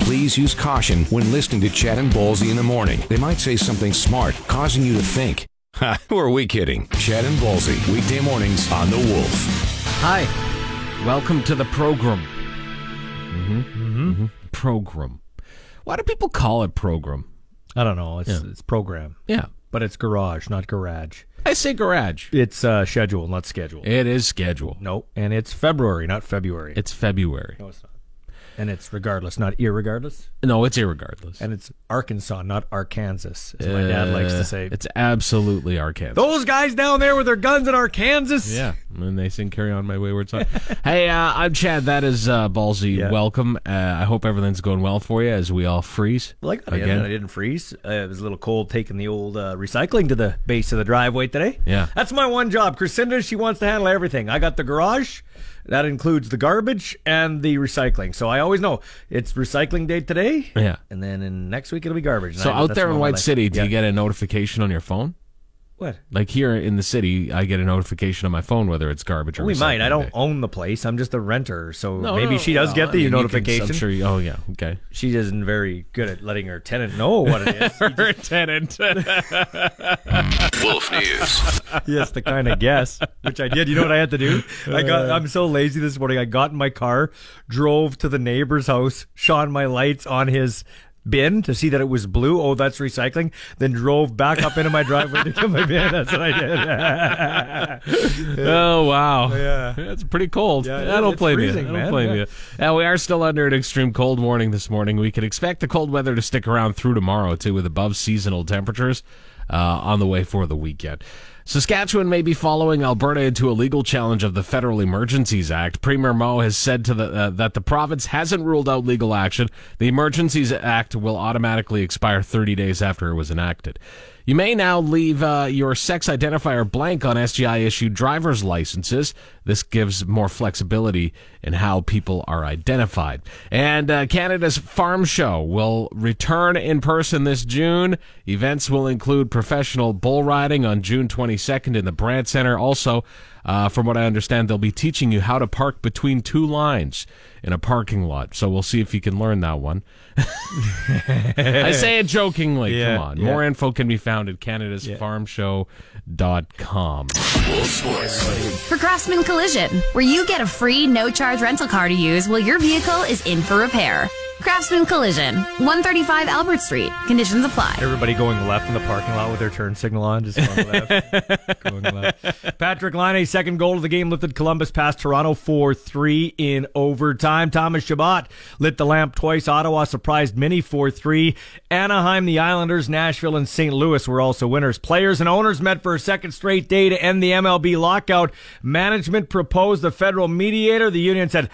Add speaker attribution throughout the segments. Speaker 1: Please use caution when listening to Chad and Ballsy in the morning. They might say something smart, causing you to think. Ha, who are we kidding? Chad and Ballsy, weekday mornings on The Wolf.
Speaker 2: Hi. Welcome to the program. Mm-hmm. Program. Why do people call it program?
Speaker 3: I don't know. It's it's program,
Speaker 2: Yeah.
Speaker 3: but it's garage, not garage.
Speaker 2: I say garage.
Speaker 3: It's uh, schedule, not schedule.
Speaker 2: It is schedule.
Speaker 3: no, and it's February, not February.
Speaker 2: It's February.
Speaker 3: no, it's not. And it's regardless, not irregardless.
Speaker 2: No, it's irregardless.
Speaker 3: And it's Arkansas, not Arkansas, as my dad likes to say.
Speaker 2: Uh, It's absolutely Arkansas.
Speaker 3: Those guys down there with their guns in Arkansas.
Speaker 2: Yeah, and they sing "Carry On My Wayward Son." hey, uh, I'm Chad. That is uh, Ballsy.
Speaker 3: Yeah.
Speaker 2: Welcome. Uh, I hope everything's going well for you as we all freeze
Speaker 3: Like that.
Speaker 2: Again.
Speaker 3: Again. I didn't freeze. Uh, it was a little cold taking the old uh, recycling to the base of the driveway today.
Speaker 2: Yeah.
Speaker 3: That's my one job. Crescinda, she wants to handle everything. I got the garage. That includes the garbage and the recycling. So I always know it's recycling day today.
Speaker 2: Yeah.
Speaker 3: And then in next week it'll be garbage. And
Speaker 2: So
Speaker 3: I-
Speaker 2: out
Speaker 3: that's
Speaker 2: there
Speaker 3: my
Speaker 2: in
Speaker 3: whole
Speaker 2: White
Speaker 3: life.
Speaker 2: City, do
Speaker 3: Yeah.
Speaker 2: you get a notification on your phone?
Speaker 3: What?
Speaker 2: Like here in the city, I get a notification on my phone whether it's garbage or
Speaker 3: Oh, We might. I
Speaker 2: recycling
Speaker 3: don't
Speaker 2: day.
Speaker 3: own the place. I'm just a renter. So
Speaker 2: No,
Speaker 3: maybe
Speaker 2: no,
Speaker 3: she does
Speaker 2: no,
Speaker 3: get
Speaker 2: I
Speaker 3: the
Speaker 2: mean, you can-
Speaker 3: notification.
Speaker 2: I'm sure. You, oh yeah. Okay.
Speaker 3: She isn't very good at letting her tenant know what it is.
Speaker 2: Her tenant.
Speaker 4: Wolf News.
Speaker 3: yes, the kind of guess, which I did. You know what I had to do? I got. I'm so lazy this morning. I got in my car, drove to the neighbor's house, shone my lights on his bin to see that it was blue. Oh, that's recycling. Then drove back up into my driveway to get my bin. That's what I did.
Speaker 2: oh wow.
Speaker 3: Yeah.
Speaker 2: That's pretty cold.
Speaker 3: Yeah, it
Speaker 2: I
Speaker 3: is.
Speaker 2: don't
Speaker 3: It's
Speaker 2: blame
Speaker 3: freezing,
Speaker 2: you. I don't
Speaker 3: man.
Speaker 2: blame
Speaker 3: Yeah.
Speaker 2: you. Now we are still under an extreme cold warning this morning. We can expect the cold weather to stick around through tomorrow too, with above seasonal temperatures uh, on the way for the weekend. Saskatchewan may be following Alberta into a legal challenge of the Federal Emergencies Act. Premier Moe has said to the, uh, that the province hasn't ruled out legal action. The Emergencies Act will automatically expire 30 days after it was enacted. You may now leave uh, your sex identifier blank on SGI issued driver's licenses. This gives more flexibility in how people are identified. And uh, Canada's Farm Show will return in person this June. Events will include professional bull riding on June 22nd in the Brand Center. Also, uh, from what I understand, they'll be teaching you how to park between two lines in a parking lot. So we'll see if you can learn that one. I say it jokingly.
Speaker 3: Yeah,
Speaker 2: Come on.
Speaker 3: yeah.
Speaker 2: More info can be found at canadasfarmshow.com.
Speaker 4: Wolf Sports.
Speaker 5: for Craftsman Collision, where you get a free no charge rental car to use while your vehicle is in for repair. Craftsman Collision, 135 Albert Street. Conditions apply.
Speaker 3: Everybody going left in the parking lot with their turn signal on, just going left. going left. Patrick Line's second goal of the game lifted Columbus past Toronto 4 3 in overtime. Thomas Shabbat lit the lamp twice. Ottawa surprised many 4 3. Anaheim, the Islanders, Nashville, and St. Louis were also winners. Players and owners met for a second straight day to end the MLB lockout. Management proposed a federal mediator. The union said,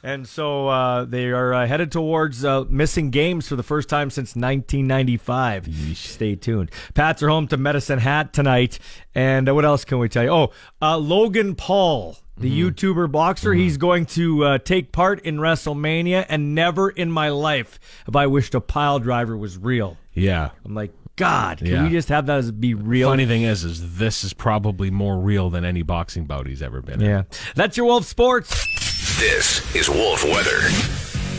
Speaker 3: and so uh, they are uh, headed towards uh, missing games for the first time since 1995. Stay tuned. Pats are home to Medicine Hat tonight. And uh, what else can we tell you? Oh, uh, Logan Paul, the
Speaker 2: Mm-hmm.
Speaker 3: YouTuber boxer, he's going to uh, take part in WrestleMania. And never in my life have I wished a pile driver was real.
Speaker 2: Yeah.
Speaker 3: I'm like, God, can
Speaker 2: Yeah.
Speaker 3: we just have that as be real?
Speaker 2: Funny thing is, is this is probably more real than any boxing bout he's ever been in.
Speaker 3: Yeah. That's your Wolf Sports.
Speaker 4: This is Wolf Weather.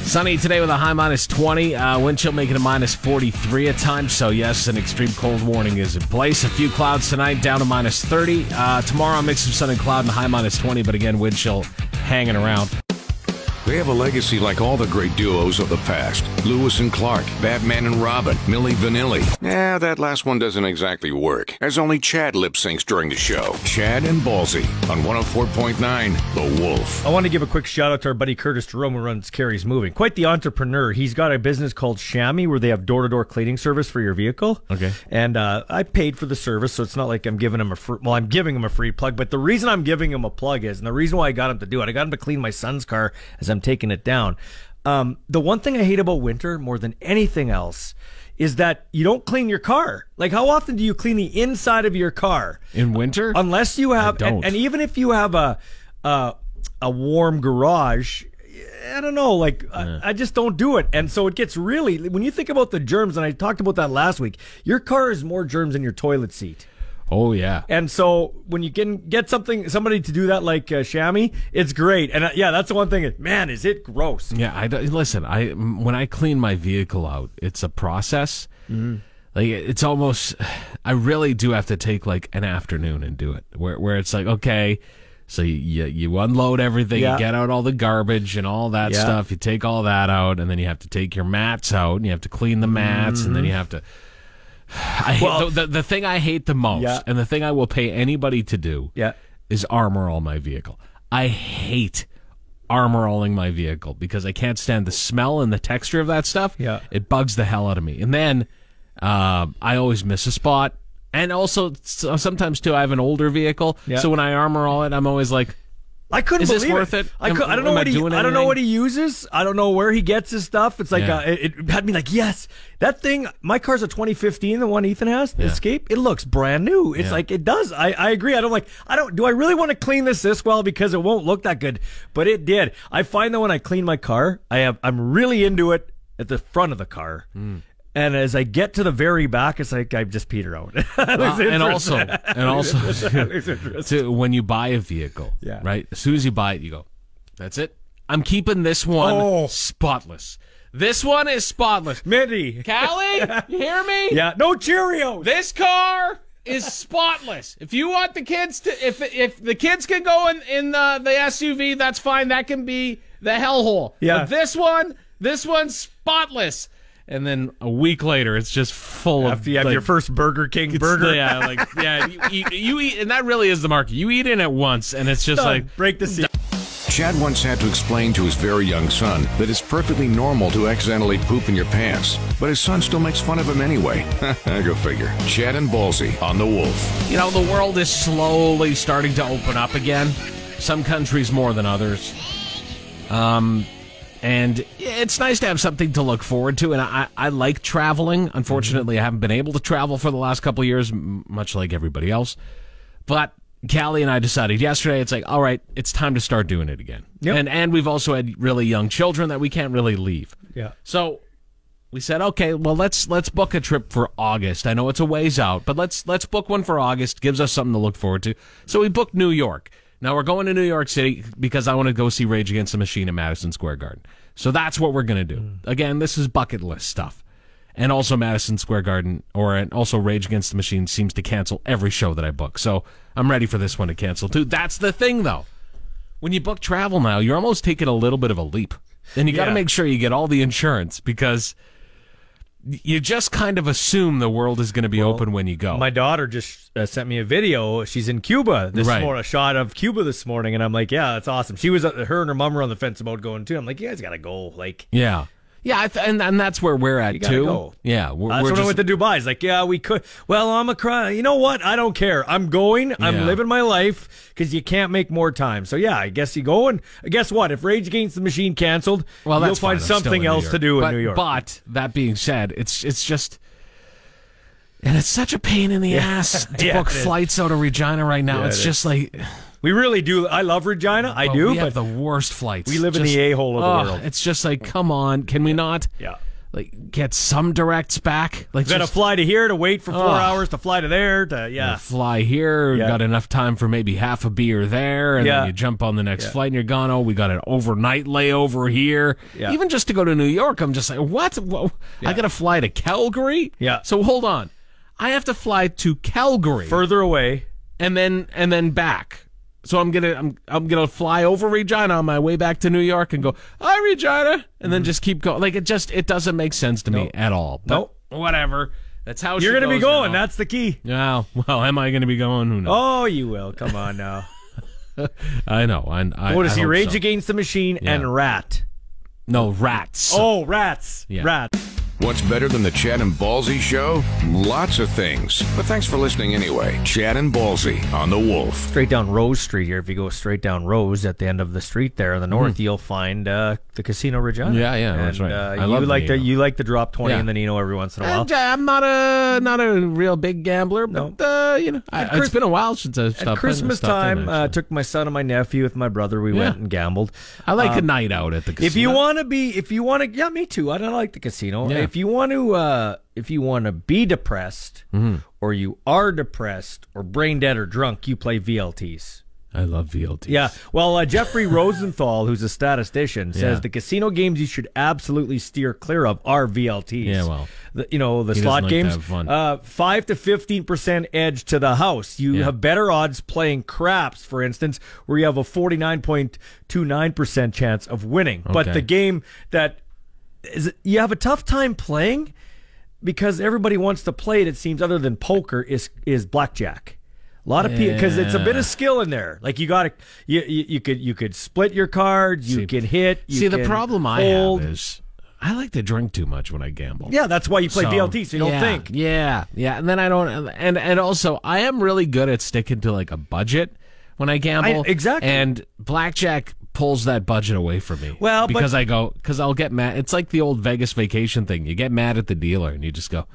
Speaker 2: Sunny today with a high minus 20. Uh, wind chill making a minus 43 at times. So, yes, an extreme cold warning is in place. A few clouds tonight, down to minus 30. Uh, tomorrow, a mix of sun and cloud and a high minus 20. But again, wind chill hanging around.
Speaker 1: They have a legacy like all the great duos of the past Lewis and Clark, Batman and Robin, Millie Vanilli. Yeah, that last one doesn't exactly work, as only Chad lip syncs during the show. Chad and Ballsy on 104.9 The Wolf.
Speaker 3: I want to give a quick shout out to our buddy Curtis Jerome who runs Carrie's Moving. Quite the entrepreneur. He's got a business called Chamois where they have door to door cleaning service for your vehicle.
Speaker 2: Okay.
Speaker 3: And uh, I paid for the service, so it's not like I'm giving him a free, well, I'm giving him a free plug. But the reason I'm giving him a plug is, and the reason why I got him to do it, I got him to clean my son's car as I'm taking it down. Um, the one thing I hate about winter more than anything else is that you don't clean your car. Like, how often do you clean the inside of your car?
Speaker 2: In winter?
Speaker 3: Unless you have,
Speaker 2: don't.
Speaker 3: And, and even if you have a a, a warm garage, I don't know. Like I, I just don't do it, and so it gets really when you think about the germs. And I talked about that last week. Your car is more germs than your toilet seat.
Speaker 2: oh, yeah.
Speaker 3: And so when you can get something, somebody to do that like uh, Shammy, it's great. And uh, yeah, that's the one thing. Man, is it gross?
Speaker 2: Yeah, I don't- listen. I m- when I clean my vehicle out, it's a process.
Speaker 3: Mm-hmm.
Speaker 2: Like it's almost, I really do have to take like an afternoon and do it. Where where it's like okay, so you you unload everything,
Speaker 3: Yeah.
Speaker 2: you get out all the garbage and all that
Speaker 3: Yeah.
Speaker 2: stuff. You take all that out, and then you have to take your mats out, and you have to clean the mats, and then you have to. I hate,
Speaker 3: Mm-hmm. Well-
Speaker 2: the, the the thing I hate the most,
Speaker 3: Yeah.
Speaker 2: and the thing I will pay anybody to do,
Speaker 3: Yeah.
Speaker 2: is armor all my vehicle. I hate armor alling my vehicle because I can't stand the smell and the texture of that stuff.
Speaker 3: Yeah.
Speaker 2: It bugs the hell out of me. And then um, I always miss a spot. And also, so- sometimes too, I have an older vehicle.
Speaker 3: Yeah.
Speaker 2: So when I armor all it, I'm always like,
Speaker 3: I couldn't
Speaker 2: Is
Speaker 3: believe
Speaker 2: this worth it?
Speaker 3: I,
Speaker 2: Am-
Speaker 3: cou- I don't know
Speaker 2: am I
Speaker 3: what he.
Speaker 2: doing
Speaker 3: I don't know what he
Speaker 2: anything?
Speaker 3: uses. I don't know where he gets his stuff. It's like
Speaker 2: Yeah.
Speaker 3: uh, it, it had me like yes, that thing. My car's a 2015, the one Ethan has, the
Speaker 2: Yeah.
Speaker 3: Escape. It looks brand new. It's
Speaker 2: Yeah.
Speaker 3: like it does. I, I agree. I don't like. I don't. Do I really want to clean this this well because it won't look that good? But it did. I find that when I clean my car, I have. I'm really into it at the front of the car.
Speaker 2: Hmm.
Speaker 3: And as I get to the very back, it's like I've just petered out.
Speaker 2: uh, and also, and also, to, when you buy a vehicle,
Speaker 3: Yeah.
Speaker 2: right? As soon as you buy it, you go, that's it. I'm keeping this one
Speaker 3: Oh.
Speaker 2: spotless. This one is spotless.
Speaker 3: Mindy.
Speaker 2: Callie, you hear me?
Speaker 3: Yeah, no Cheerios.
Speaker 2: This car is spotless. If you want the kids to, if if the kids can go in in the, the SUV, that's fine. That can be the hellhole.
Speaker 3: Yeah.
Speaker 2: But this one, this one's spotless. And then a week later, it's just full of.
Speaker 3: After you have
Speaker 2: like,
Speaker 3: your first Burger King
Speaker 2: it's-
Speaker 3: burger.
Speaker 2: Yeah, like yeah, you, eat- you eat, and that really is the market. You eat in at once, and it's just like
Speaker 3: break the seal.
Speaker 1: Chad once had to explain to his very young son that it's perfectly normal to accidentally poop in your pants, but his son still makes fun of him anyway. Go figure. Chad and Ballsy on the Wolf.
Speaker 2: You know, the world is slowly starting to open up again. Some countries more than others. Um, and it's nice to have something to look forward to. And I, I like traveling. Unfortunately, I haven't been able to travel for the last couple of years, m- much like everybody else. But Callie and I decided yesterday, it's like, all right, it's time to start doing it again.
Speaker 3: Yep.
Speaker 2: And, and we've also had really young children that we can't really leave.
Speaker 3: Yeah.
Speaker 2: So we said, okay, well let's let's book a trip for August. I know it's a ways out, but let's let's book one for August. Gives us something to look forward to. So we booked New York. Now we're going to New York City because I want to go see Rage Against the Machine in Madison Square Garden. So that's what we're gonna do. Again, this is bucket list stuff. And also Madison Square Garden, or and also Rage Against the Machine seems to cancel every show that I book. So I'm ready for this one to cancel too. That's the thing though when you book travel now, you're almost taking a little bit of a leap. And you got to
Speaker 3: Yeah.
Speaker 2: make sure you get all the insurance because you just kind of assume the world is going to be open when you go.
Speaker 3: My daughter just uh, sent me a video. She's in Cuba this
Speaker 2: Right.
Speaker 3: morning, a shot of Cuba this morning, and I'm like, yeah, that's awesome. She was, uh, her and her mom were on the fence about going too. I'm like, you guys gotta go. Like,
Speaker 2: yeah. Yeah, I th- and and that's where we're at
Speaker 3: gotta
Speaker 2: too.
Speaker 3: go.
Speaker 2: Yeah, we're,
Speaker 3: that's uh,
Speaker 2: we're
Speaker 3: when I
Speaker 2: just
Speaker 3: went to Dubai. It's like, yeah, we could. Well, I'm a cry. You know what? I don't care. I'm going. I'm
Speaker 2: Yeah.
Speaker 3: living my life because you can't make more time. So yeah, I guess you go and guess what? If Rage Against the Machine canceled,
Speaker 2: well,
Speaker 3: you'll
Speaker 2: that's
Speaker 3: find
Speaker 2: fine. I'm still in
Speaker 3: something
Speaker 2: New
Speaker 3: else
Speaker 2: York.
Speaker 3: to do
Speaker 2: but,
Speaker 3: in New York.
Speaker 2: But that being said, it's it's just and it's such a pain in the ass to
Speaker 3: Yeah,
Speaker 2: book
Speaker 3: it is.
Speaker 2: flights out of Regina right now.
Speaker 3: Yeah,
Speaker 2: it's
Speaker 3: it
Speaker 2: just like
Speaker 3: we really do. I love Regina. I
Speaker 2: well,
Speaker 3: do.
Speaker 2: We
Speaker 3: but
Speaker 2: have the worst flights.
Speaker 3: we live in
Speaker 2: Just-
Speaker 3: the a-hole of
Speaker 2: Ugh,
Speaker 3: the world.
Speaker 2: It's just like, come on, can we not?
Speaker 3: Yeah.
Speaker 2: like get some directs back. Like
Speaker 3: Got to
Speaker 2: just
Speaker 3: fly to here to wait for four
Speaker 2: Ugh.
Speaker 3: hours to fly to there to yeah.
Speaker 2: fly here.
Speaker 3: Yeah.
Speaker 2: Got enough time for maybe half a beer there, and
Speaker 3: Yeah.
Speaker 2: then you jump on the next flight, and you're gone. Oh, we got an overnight layover here.
Speaker 3: Yeah.
Speaker 2: Even just to go to New York, I'm just like, what? Whoa. I got to fly to Calgary.
Speaker 3: Yeah.
Speaker 2: So hold on, I have to fly to Calgary
Speaker 3: Further away.
Speaker 2: and then and then back. So I'm gonna I'm I'm gonna fly over Regina on my way back to New York and go hi Regina and then just keep going. Like it just it doesn't make sense to me at all. But
Speaker 3: Nope.
Speaker 2: Whatever. That's how
Speaker 3: You're
Speaker 2: she
Speaker 3: going to be
Speaker 2: goes
Speaker 3: going.
Speaker 2: now.
Speaker 3: That's the key.
Speaker 2: Yeah. Well, am I going to be going? Who knows?
Speaker 3: Oh, you will. Come on now.
Speaker 2: I know. I, I
Speaker 3: What is
Speaker 2: I
Speaker 3: he?
Speaker 2: hope
Speaker 3: Rage
Speaker 2: so.
Speaker 3: Against the Machine
Speaker 2: Yeah.
Speaker 3: and Rat.
Speaker 2: No rats.
Speaker 3: Oh, rats.
Speaker 2: Yeah.
Speaker 3: Rats.
Speaker 1: What's better than the Chad and Ballsy show? Lots of things. But thanks for listening anyway. Chad and Ballsy on The Wolf.
Speaker 3: Straight down Rose Street here. If you go straight down Rose at the end of the street there in the north, you'll find uh, the Casino Regina.
Speaker 2: Mm-hmm. Yeah, yeah,
Speaker 3: and,
Speaker 2: that's right.
Speaker 3: Uh,
Speaker 2: I
Speaker 3: you
Speaker 2: love the
Speaker 3: like
Speaker 2: Nino.
Speaker 3: you like to drop twenty
Speaker 2: Yeah.
Speaker 3: in the Nino every once in a while.
Speaker 2: I'm, uh, I'm not a not a real big gambler,
Speaker 3: No.
Speaker 2: but uh, you know, I,
Speaker 3: At Christ-
Speaker 2: it's been a while since I've stopped.
Speaker 3: At Christmas
Speaker 2: stopped in,
Speaker 3: time, uh,
Speaker 2: actually.
Speaker 3: took my son and my nephew with my brother. We
Speaker 2: Yeah.
Speaker 3: went and gambled.
Speaker 2: I like
Speaker 3: um,
Speaker 2: a night out at the casino.
Speaker 3: If you want to be, if you want to, yeah, me too. I don't like the casino.
Speaker 2: Yeah.
Speaker 3: If you want to, uh, if you want to be depressed,
Speaker 2: Mm-hmm.
Speaker 3: or you are depressed, or brain dead or drunk, you play VLTs.
Speaker 2: I love VLTs.
Speaker 3: Yeah. Well, uh, Jeffrey Rosenthal, who's a statistician, says
Speaker 2: Yeah.
Speaker 3: the casino games you should absolutely steer clear of are VLTs.
Speaker 2: Yeah, well,
Speaker 3: The- you know the
Speaker 2: he doesn't
Speaker 3: slot
Speaker 2: like to
Speaker 3: games.
Speaker 2: have fun.
Speaker 3: Uh, five to fifteen percent edge to the house. You
Speaker 2: Yeah.
Speaker 3: have better odds playing craps, for instance, where you have a forty nine point two nine percent chance of winning. But
Speaker 2: Okay.
Speaker 3: the game that is you have a tough time playing because everybody wants to play it. It seems other than poker is is blackjack. A lot of people because it's a bit
Speaker 2: Yeah.
Speaker 3: of skill in there. Like you got to you, you you could you could split your cards. You
Speaker 2: See-
Speaker 3: could hit. You
Speaker 2: See, the
Speaker 3: can
Speaker 2: problem I
Speaker 3: hold.
Speaker 2: have is I like to drink too much when I gamble.
Speaker 3: yeah, that's why you play
Speaker 2: So,
Speaker 3: VLT so you don't
Speaker 2: yeah,
Speaker 3: think.
Speaker 2: Yeah, yeah, and then I don't, and and also I am really good at sticking to like a budget when I gamble.
Speaker 3: I- exactly.
Speaker 2: And blackjack pulls that budget away from me.
Speaker 3: Well, but-
Speaker 2: because I go because I'll get mad. It's like the old Vegas vacation thing. You get mad at the dealer and you just go, "I'm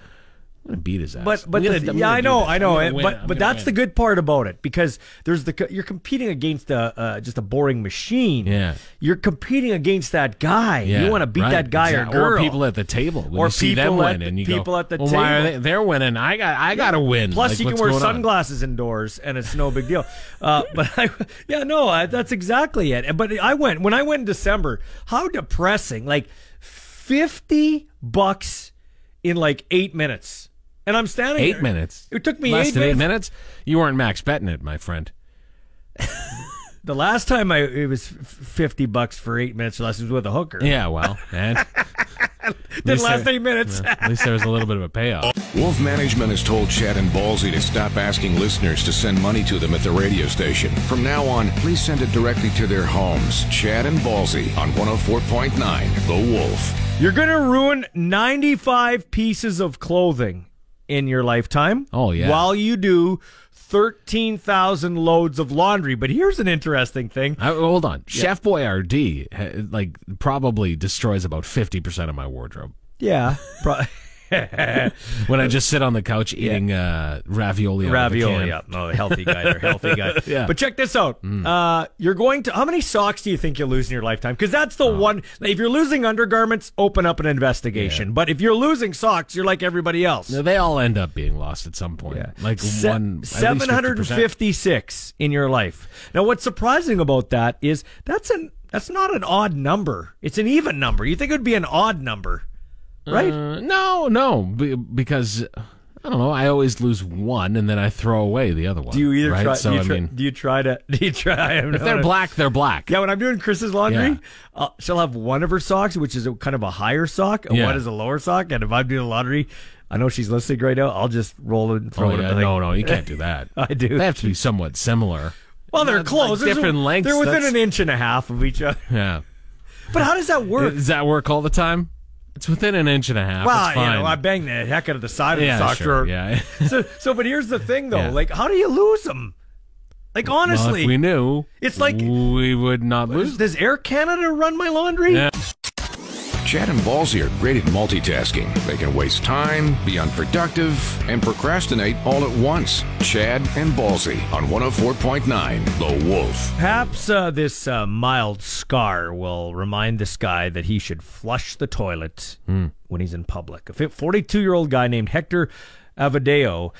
Speaker 2: gonna beat his ass."
Speaker 3: But but
Speaker 2: I'm gonna-
Speaker 3: the-
Speaker 2: I'm
Speaker 3: yeah,
Speaker 2: gonna
Speaker 3: I
Speaker 2: do
Speaker 3: know,
Speaker 2: this.
Speaker 3: I
Speaker 2: I'm
Speaker 3: know.
Speaker 2: gonna
Speaker 3: and-
Speaker 2: win.
Speaker 3: but
Speaker 2: I'm
Speaker 3: but
Speaker 2: gonna
Speaker 3: that's
Speaker 2: win."
Speaker 3: the good part about it because there's the co- you're competing against a uh, just a boring machine.
Speaker 2: Yeah.
Speaker 3: you're competing against that guy.
Speaker 2: Yeah,
Speaker 3: you want to beat
Speaker 2: right,
Speaker 3: that guy
Speaker 2: exact-
Speaker 3: or girl.
Speaker 2: people at the table. When
Speaker 3: Or
Speaker 2: you see them
Speaker 3: people at
Speaker 2: win,
Speaker 3: the-
Speaker 2: and you go,
Speaker 3: people at the
Speaker 2: well, Why are
Speaker 3: table."
Speaker 2: they, they're winning. I got I got to win.
Speaker 3: Plus,
Speaker 2: Mm. Like,
Speaker 3: you can
Speaker 2: what's
Speaker 3: wear
Speaker 2: going on?
Speaker 3: sunglasses indoors, and it's no big deal. Uh, but I, yeah, no, I, that's exactly it. But I went when I went in December. How depressing! Like fifty bucks in like eight minutes, and I'm standing
Speaker 2: Eight
Speaker 3: there.
Speaker 2: minutes.
Speaker 3: It took me
Speaker 2: Less
Speaker 3: eight
Speaker 2: than eight
Speaker 3: minutes.
Speaker 2: minutes. You weren't max betting it, my friend.
Speaker 3: The last time I it was f- fifty bucks for eight minutes, unless it was with a hooker.
Speaker 2: Yeah, well, and
Speaker 3: the last eight minutes.
Speaker 2: at least there was a little bit of a payoff.
Speaker 1: Wolf Management has told Chad and Ballsy to stop asking listeners to send money to them at the radio station. From now on, please send it directly to their homes. Chad and Ballsy on 104.9 The Wolf.
Speaker 3: You're gonna ruin ninety-five pieces of clothing in your lifetime.
Speaker 2: Oh, yeah.
Speaker 3: While you do thirteen thousand loads of laundry. But here's an interesting thing.
Speaker 2: I, hold on, Chef Boyardee ha- like probably destroys about fifty percent of my wardrobe
Speaker 3: Yeah. Pro-
Speaker 2: when I just sit on the couch eating uh, ravioli. out of a can.
Speaker 3: Ravioli, yeah, no, healthy guy, there, healthy guy.
Speaker 2: Yeah. Mm.
Speaker 3: But check this out: uh, you're going to how many socks do you think you'll lose in your lifetime? Because that's
Speaker 2: Oh.
Speaker 3: the one. If you're losing undergarments, open up an investigation. But if you're losing socks, you're like everybody else.
Speaker 2: No, they all end up being lost at some point. Like one at least 50%.
Speaker 3: 756 in your life. Now, what's surprising about that is that's an that's not an odd number. It's an even number. You think it would be an odd number, right?
Speaker 2: Uh, no, no, be- because I don't know. I always lose one, and then I throw away the other one.
Speaker 3: do you either
Speaker 2: right?
Speaker 3: try?
Speaker 2: So
Speaker 3: do, you
Speaker 2: I
Speaker 3: try
Speaker 2: mean,
Speaker 3: do you try to? Do you try?
Speaker 2: if they're black, they're black.
Speaker 3: Yeah, when I'm doing Chris's laundry,
Speaker 2: Yeah.
Speaker 3: uh, she'll have one of her socks, which is a, kind of a higher sock, and
Speaker 2: Yeah.
Speaker 3: one is a lower sock. And if I'm doing laundry, I know she's listening right now. I'll just roll it and throw
Speaker 2: Oh,
Speaker 3: it.
Speaker 2: yeah,
Speaker 3: in the-
Speaker 2: no, no, you can't do that.
Speaker 3: I do.
Speaker 2: They have to be somewhat similar.
Speaker 3: Well, they're
Speaker 2: Like
Speaker 3: close. There's a-
Speaker 2: different lengths,
Speaker 3: They're within
Speaker 2: that's-
Speaker 3: an inch and a half of each other.
Speaker 2: Yeah.
Speaker 3: But how does that work?
Speaker 2: Does that work all the time? It's within an inch and a half.
Speaker 3: Well,
Speaker 2: it's fine.
Speaker 3: you know, I bang the heck out of the side of
Speaker 2: yeah,
Speaker 3: the sock
Speaker 2: sure.
Speaker 3: drawer.
Speaker 2: Yeah.
Speaker 3: so, so, but here's the thing, though.
Speaker 2: Yeah.
Speaker 3: Like, how do you lose them? Like, honestly,
Speaker 2: well, if we knew,
Speaker 3: It's like-
Speaker 2: we would not lose.
Speaker 3: does Air Canada run my laundry?
Speaker 2: Yeah.
Speaker 1: Chad and Ballsy are great at multitasking. They can waste time, be unproductive, and procrastinate all at once. Chad and Ballsy on 104.9 The Wolf.
Speaker 3: Perhaps uh, this uh, mild scar will remind this guy that he should flush the toilet
Speaker 2: Hmm.
Speaker 3: when he's in public. A 42 year old guy named Hector Avadeo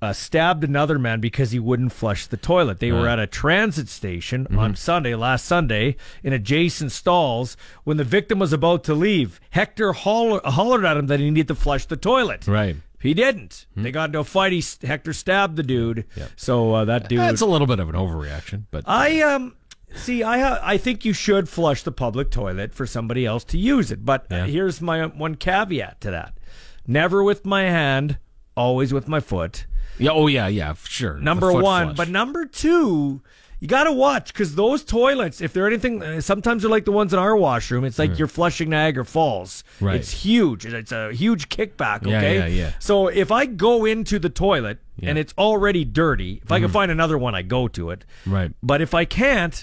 Speaker 3: uh, stabbed another man because he wouldn't flush the toilet. They
Speaker 2: Hmm.
Speaker 3: were at a transit station on Sunday, last Sunday, in adjacent stalls when the victim was about to leave. Hector holler- hollered at him that he needed to flush the toilet.
Speaker 2: Right. Hmm.
Speaker 3: He didn't. They got into a fight. He, Hector stabbed the dude. So uh, that dude.
Speaker 2: That's a little bit of an overreaction, but
Speaker 3: I um see I ha- I think you should flush the public toilet for somebody else to use it. But uh,
Speaker 2: Yeah.
Speaker 3: here's my one caveat to that. Never with my hand, always with my foot.
Speaker 2: yeah, oh yeah, yeah, sure. The
Speaker 3: Number
Speaker 2: foot
Speaker 3: 1,
Speaker 2: flush.
Speaker 3: but number 2, You got to watch because those toilets, if they're anything, uh, sometimes they're like the ones in our washroom. It's like you're flushing Niagara Falls.
Speaker 2: Mm. Right.
Speaker 3: It's huge. It's a huge kickback.
Speaker 2: Yeah,
Speaker 3: Okay.
Speaker 2: yeah, yeah.
Speaker 3: So if I go into the toilet
Speaker 2: Yeah. Mm.
Speaker 3: and it's already dirty, if I can find another one, I go to it.
Speaker 2: Right.
Speaker 3: But if I can't,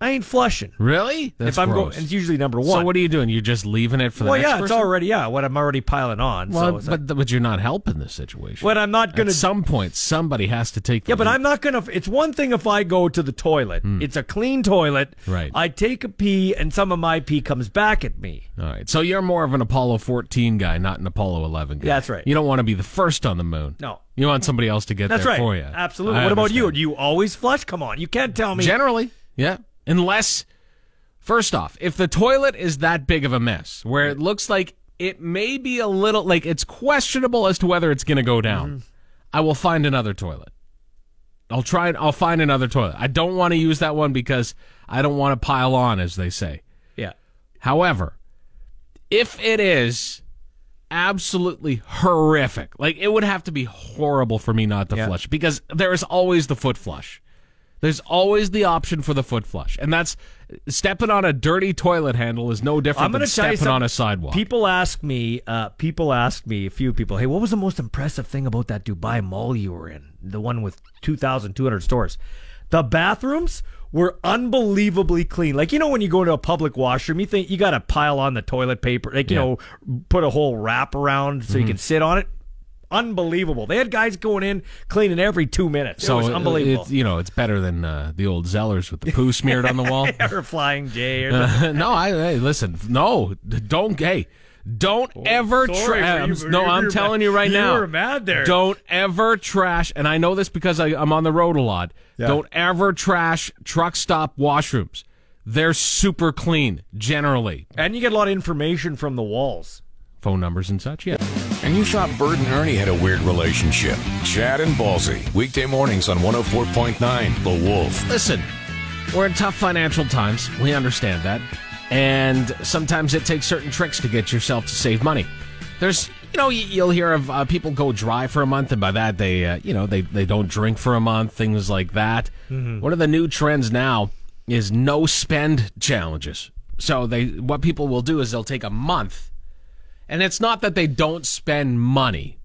Speaker 3: I ain't flushing.
Speaker 2: Really? That's
Speaker 3: if I'm
Speaker 2: gross.
Speaker 3: going, it's usually number one.
Speaker 2: so what are you doing? You're just leaving it for the
Speaker 3: Well,
Speaker 2: next
Speaker 3: yeah, it's
Speaker 2: person?
Speaker 3: already yeah. What I'm already piling on. so
Speaker 2: Well,
Speaker 3: it's like-
Speaker 2: but, but you're not helping the situation.
Speaker 3: But I'm not gonna-
Speaker 2: At some point, somebody has to take. The
Speaker 3: Yeah, but
Speaker 2: lead.
Speaker 3: I'm not gonna. It's one thing if I go to the toilet. It's a clean toilet.
Speaker 2: Hmm. Right.
Speaker 3: I take a pee, and some of my pee comes back at me.
Speaker 2: All right. So you're more of an Apollo 14 guy, not an Apollo 11 guy.
Speaker 3: That's right.
Speaker 2: You don't want to be the first on the moon.
Speaker 3: No.
Speaker 2: You want somebody else to get
Speaker 3: That's
Speaker 2: there
Speaker 3: right.
Speaker 2: for you.
Speaker 3: Absolutely.
Speaker 2: I
Speaker 3: what about you?
Speaker 2: understand.
Speaker 3: Do you always flush? Come on, you can't tell me.
Speaker 2: Generally, yeah. Unless, first off, if the toilet is that big of a mess where it looks like it may be a little, like it's questionable as to whether it's going to go down,
Speaker 3: Mm-hmm.
Speaker 2: I will find another toilet. I'll try. I'll find another toilet. I don't want to use that one because I don't want to pile on, as they say.
Speaker 3: yeah.
Speaker 2: However, if it is absolutely horrific, like it would have to be horrible for me not to flush because there is always the foot flush. There's always the option for the foot flush, and that's stepping on a dirty toilet handle is no different
Speaker 3: I'm gonna
Speaker 2: than
Speaker 3: tell you
Speaker 2: stepping
Speaker 3: some-
Speaker 2: on a sidewalk.
Speaker 3: People ask me. Uh, people ask me. A few people. Hey, what was the most impressive thing about that Dubai mall you were in? The one with 2,200 stores. The bathrooms were unbelievably clean. Like you know, when you go to a public washroom, you think you got to pile on the toilet paper. Like you
Speaker 2: Yeah. Mm-hmm.
Speaker 3: know, put a whole wrap around so you can sit on it. Unbelievable. They had guys going in cleaning every two minutes. it was
Speaker 2: it-
Speaker 3: unbelievable.
Speaker 2: it- you know, it's better than uh, the old Zellers with the poo smeared on the wall.
Speaker 3: or flying J or
Speaker 2: no, I hey, listen. No, don't. Hey, don't ever
Speaker 3: Oh, sorry,
Speaker 2: trash.
Speaker 3: you were-
Speaker 2: No,
Speaker 3: you
Speaker 2: I'm
Speaker 3: were
Speaker 2: telling
Speaker 3: mad-
Speaker 2: you right
Speaker 3: you
Speaker 2: now.
Speaker 3: were mad there.
Speaker 2: Don't ever trash. And I know this because I, I'm on the road a lot. Don't ever trash truck stop washrooms. They're super clean generally.
Speaker 3: and you get a lot of information from the walls.
Speaker 2: Phone numbers and such. Yeah.
Speaker 1: And you thought Bird and Ernie had a weird relationship. Chad and Ballsy. Weekday mornings on 104.9 The Wolf.
Speaker 2: Listen, we're in tough financial times. We understand that. And sometimes it takes certain tricks to get yourself to save money. There's, you know, y- you'll hear of uh, people go dry for a month, and by that they, uh, you know, they, they don't drink for a month, things like that. One of the new trends now is no spend challenges. So they, what people will do is they'll take a month, and it's not that they don't spend money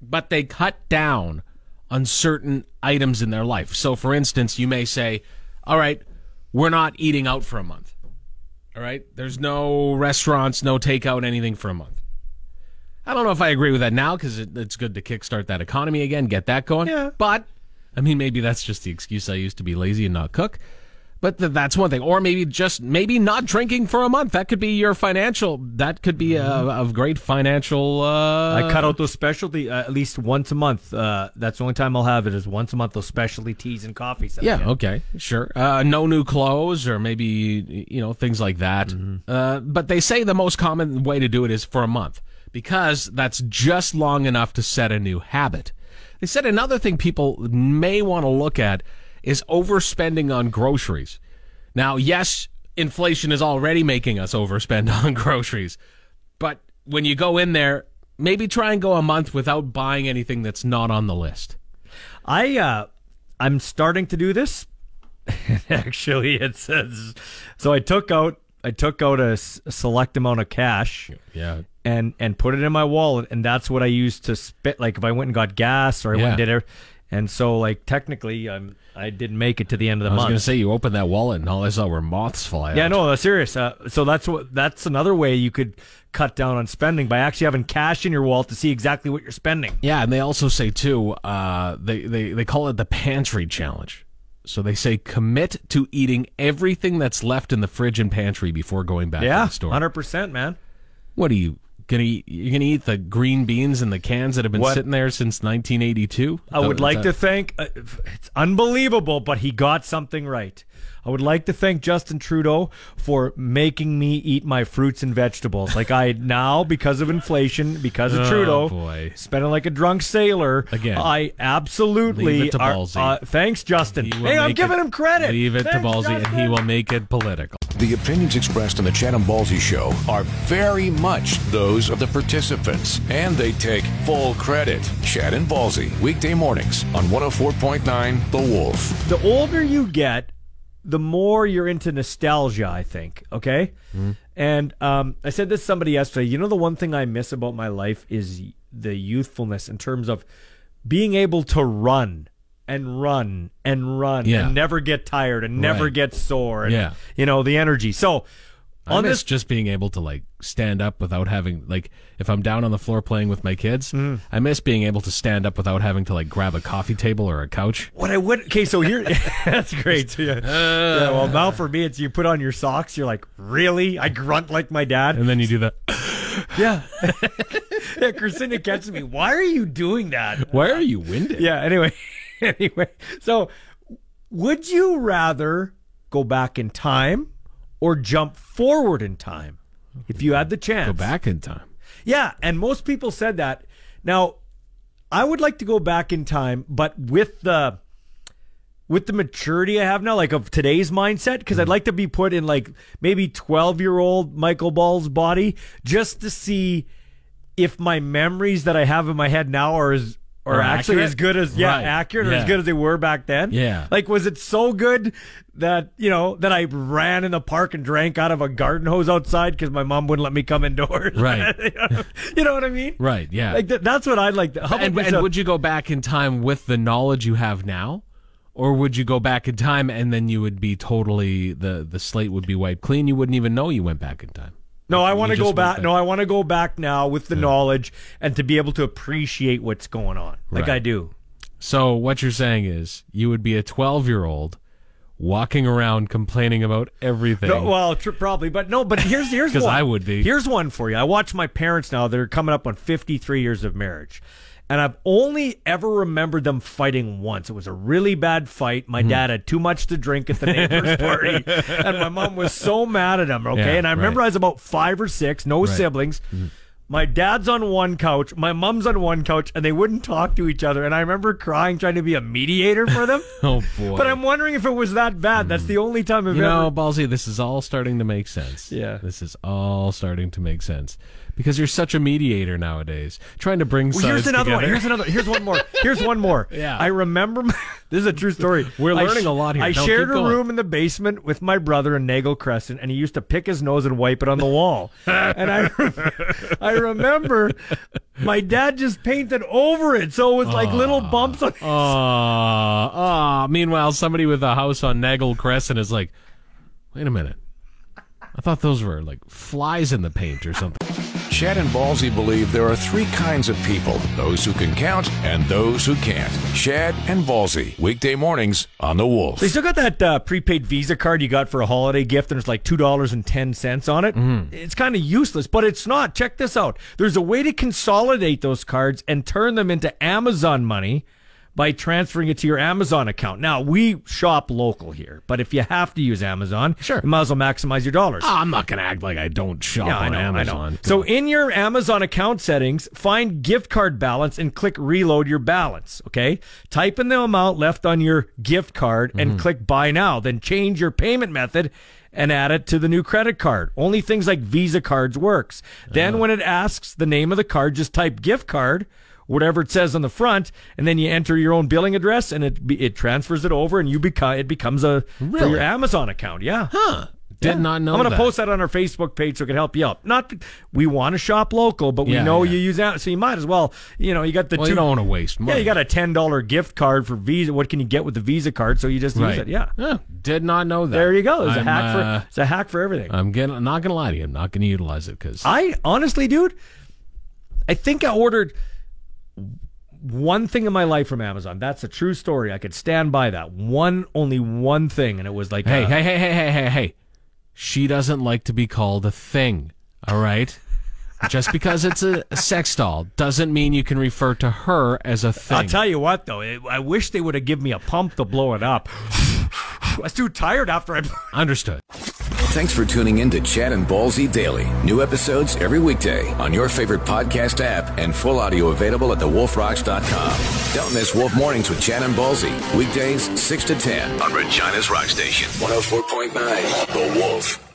Speaker 2: but they cut down on certain items in their life. So, for instance, you may say, All right, we're not eating out for a month. All right, there's no restaurants, no takeout, anything for a month. I don't know if I agree with that now because it, it's good to kickstart that economy again, get that going.
Speaker 3: Yeah.
Speaker 2: But, I mean, maybe that's just the excuse I used to be lazy and not cook. But th- that's one thing. Or maybe just maybe not drinking for a month. That could be your financial, that could be uh, of great financial. Uh,
Speaker 3: I cut out those specialty uh, at least once a month. Uh, that's the only time I'll have it is once a month. Those specialty teas and coffees. that I
Speaker 2: Yeah,
Speaker 3: get.
Speaker 2: okay, sure. Uh, no new clothes or maybe, you know, things like that. Uh, but they say the most common way to do it is for a month because that's just long enough to set a new habit. They said another thing people may want to look at is overspending on groceries. Now, yes, inflation is already making us overspend on groceries, but when you go in there, maybe try and go a month without buying anything that's not on the list.
Speaker 3: I uh, I'm starting to do this. Actually, it says so. I took out I took out a, s- a select amount of cash
Speaker 2: Yeah.
Speaker 3: and and put it in my wallet, and that's what I used to spit. Like if I went and got gas or I went and
Speaker 2: Yeah.
Speaker 3: did it, and so like technically I'm I didn't make it to the end of the
Speaker 2: I was
Speaker 3: month.
Speaker 2: going to say you opened that wallet and all I saw were moths fly
Speaker 3: Yeah,
Speaker 2: out.
Speaker 3: no, that's serious. Uh, so that's what that's another way you could cut down on spending by actually having cash in your wallet to see exactly what you're spending.
Speaker 2: Yeah, and they also say too. Uh, they they they call it the pantry challenge. So they say commit to eating everything that's left in the fridge and pantry before going back to
Speaker 3: Yeah,
Speaker 2: the store.
Speaker 3: hundred percent, man.
Speaker 2: What are you gonna eat? You're gonna eat the green beans in the cans that have been
Speaker 3: What?
Speaker 2: sitting there since 1982.
Speaker 3: I would like
Speaker 2: Is
Speaker 3: to
Speaker 2: that-
Speaker 3: thank. Uh, it's unbelievable, but he got something right. I would like to thank Justin Trudeau for making me eat my fruits and vegetables. Like I now, because of inflation, because of
Speaker 2: Oh,
Speaker 3: Trudeau,
Speaker 2: boy.
Speaker 3: spending like a drunk sailor.
Speaker 2: Again.
Speaker 3: I absolutely
Speaker 2: Leave it to
Speaker 3: are-
Speaker 2: Ballsy.
Speaker 3: uh, thanks, Justin.
Speaker 2: He will
Speaker 3: Hey, I'm
Speaker 2: make
Speaker 3: giving
Speaker 2: it-
Speaker 3: him credit.
Speaker 2: Leave it to
Speaker 3: Thanks,
Speaker 2: Ballsy, and he
Speaker 3: Justin.
Speaker 2: will make it political.
Speaker 1: The opinions expressed on the Chatham Ballsy Show are very much those of the participants, and they take full credit. Chad and Ballsy, weekday mornings on 104.9 The Wolf.
Speaker 3: the older you get, the more you're into nostalgia, I think. Okay?
Speaker 2: Mm-hmm.
Speaker 3: And um, I said this to somebody yesterday. You know, the one thing I miss about my life is the youthfulness in terms of being able to run and run and run
Speaker 2: Yeah.
Speaker 3: and never get tired and never
Speaker 2: Right.
Speaker 3: get sore. And,
Speaker 2: Yeah.
Speaker 3: You know, the energy. So
Speaker 2: I
Speaker 3: on
Speaker 2: miss
Speaker 3: this.
Speaker 2: just being able to like stand up without having like if I'm down on the floor playing with my kids,
Speaker 3: Mm.
Speaker 2: I miss being able to stand up without having to like grab a coffee table or a couch.
Speaker 3: What I would okay, so here that's
Speaker 2: Uh.
Speaker 3: great. Yeah. yeah, well, now for me, it's you put on your socks. You're like, really? I grunt like my dad.
Speaker 2: And then you do the
Speaker 3: Yeah. yeah, Christina catches me. Why are you doing that?
Speaker 2: Why are you winded?
Speaker 3: Yeah, anyway. anyway. So would you rather go back in time or jump forward in time if you had the chance?
Speaker 2: Go back in time.
Speaker 3: Yeah, and most people said that. Now, I would like to go back in time, but with the with the maturity I have now, like of today's mindset, because
Speaker 2: Mm-hmm.
Speaker 3: I'd like to be put in like maybe twelve year old Michael Ball's body just to see if my memories that I have in my head now are as are
Speaker 2: Are
Speaker 3: actually
Speaker 2: accurate?
Speaker 3: as good as yeah
Speaker 2: Right,
Speaker 3: accurate or as
Speaker 2: yeah.
Speaker 3: good as they were back then.
Speaker 2: Yeah.
Speaker 3: like was it so good that you know that I ran in the park and drank out of a garden hose outside because my mom wouldn't let me come indoors.
Speaker 2: Right.
Speaker 3: you know what I mean?
Speaker 2: Right, yeah.
Speaker 3: Like th- that's what I'd like. To, how about
Speaker 2: and, and
Speaker 3: yourself?
Speaker 2: would you go back in time with the knowledge you have now? Or would you go back in time and then you would be totally the the slate would be wiped clean? You wouldn't even know you went back in time.
Speaker 3: no, I want to
Speaker 2: you
Speaker 3: go
Speaker 2: just
Speaker 3: back.
Speaker 2: went
Speaker 3: No, I want to go back now with the knowledge and to be able to appreciate what's going on, like
Speaker 2: Right.
Speaker 3: I do.
Speaker 2: So what you're saying is you would be a 12 year old walking around complaining about everything.
Speaker 3: No, well, tr- probably, but no. But here's here's
Speaker 2: 'Cause
Speaker 3: one.
Speaker 2: I would be.
Speaker 3: Here's one for you. I watch my parents now. They're coming up on 53 years of marriage, and I've only ever remembered them fighting once. It was a really bad fight.
Speaker 2: Hmm.
Speaker 3: My dad had too much to drink at the neighbor's party, and my mom was so mad at him. Okay,
Speaker 2: Yeah,
Speaker 3: and I remember
Speaker 2: right. Hmm.
Speaker 3: I was about five or six, no siblings. My dad's on one couch, my mom's on one couch, and they wouldn't talk to each other. And I remember crying, trying to be a mediator for them.
Speaker 2: oh boy. Hmm.
Speaker 3: But I'm wondering if it was that bad. That's the only time I've
Speaker 2: you
Speaker 3: ever
Speaker 2: know, Ballsy, this is all starting to make sense.
Speaker 3: Yeah.
Speaker 2: This is all starting to make sense. Because you're such a mediator nowadays, trying to bring
Speaker 3: Well, here's
Speaker 2: sides
Speaker 3: another one.
Speaker 2: together.
Speaker 3: Here's another. Here's one more. Here's one more.
Speaker 2: Yeah.
Speaker 3: I remember. my- this is a true story.
Speaker 2: We're
Speaker 3: I
Speaker 2: learning a lot here.
Speaker 3: I
Speaker 2: No,
Speaker 3: shared
Speaker 2: keep
Speaker 3: a
Speaker 2: going.
Speaker 3: room in the basement with my brother in Nagel Crescent, and he used to pick his nose and wipe it on the wall. and I, rem- I remember my dad just painted over it, so it was like little bumps on.
Speaker 2: Ah, ah. Meanwhile, somebody with a house on Nagel Crescent is like, wait a minute. I thought those were like flies in the paint or something.
Speaker 1: Chad and Ballsy believe there are three kinds of people those who can count and those who can't. Chad and Ballsy, weekday mornings on The Wolf.
Speaker 3: They still got that uh, prepaid Visa card you got for a holiday gift, and it's like two dollars and ten cents on it. It's kind of useless, but it's not. Check this out. There's a way to consolidate those cards and turn them into Amazon money by transferring it to your Amazon account. Now we shop local here, but if you have to use Amazon,
Speaker 2: Sure.
Speaker 3: you might as well maximize your dollars.
Speaker 2: Ah, I'm not going to act like I don't shop
Speaker 3: Yeah, I
Speaker 2: on
Speaker 3: know, I know.
Speaker 2: Amazon. Come
Speaker 3: So
Speaker 2: on.
Speaker 3: in your Amazon account settings, find gift card balance and click reload your balance. Okay. Type in the amount left on your gift card
Speaker 2: Mm-hmm.
Speaker 3: and click buy now. Then change your payment method and add it to the new credit card. Only things like Visa cards works. Then when it asks the name of the card, just type gift card. Whatever it says on the front, and then you enter your own billing address, and it be, it transfers it over, and you become it becomes a for
Speaker 2: Really?
Speaker 3: your Amazon account. Yeah,
Speaker 2: Huh. Did not know
Speaker 3: I'm gonna
Speaker 2: that.
Speaker 3: post that on our Facebook page so it can help you out. Not we want to shop local, but we
Speaker 2: Yeah,
Speaker 3: know
Speaker 2: yeah.
Speaker 3: you use that, so you might as well. You know, you got the
Speaker 2: Well,
Speaker 3: two.
Speaker 2: you don't want to waste money.
Speaker 3: yeah, you got a ten dollar gift card for Visa. What can you get with the Visa card? So you just use it. Yeah,
Speaker 2: Did not know that.
Speaker 3: there you go. It's a
Speaker 2: I'm,
Speaker 3: hack
Speaker 2: uh,
Speaker 3: for it's a hack for everything.
Speaker 2: I'm getting, not going to lie to you. I'm not going to utilize it because
Speaker 3: I honestly, dude, I think I ordered one thing in my life from Amazon. That's a true story. I could stand by that. One, only one thing, and it was like,
Speaker 2: Hey,
Speaker 3: uh,
Speaker 2: hey, hey, hey, hey, hey, hey. She doesn't like to be called a thing, all right? Just because it's a a sex doll doesn't mean you can refer to her as a thing.
Speaker 3: I'll tell you what, though, it, I wish they would have given me a pump to blow it up. I was too tired after I.
Speaker 2: Understood.
Speaker 1: Thanks for tuning in to Chad and Ballsy Daily. New episodes every weekday on your favorite podcast app and full audio available at thewolfrocks.com. Don't miss Wolf Mornings with Chad and Ballsy. oh Weekdays 6 to 10 on Regina's Rock Station. 104.9 The Wolf.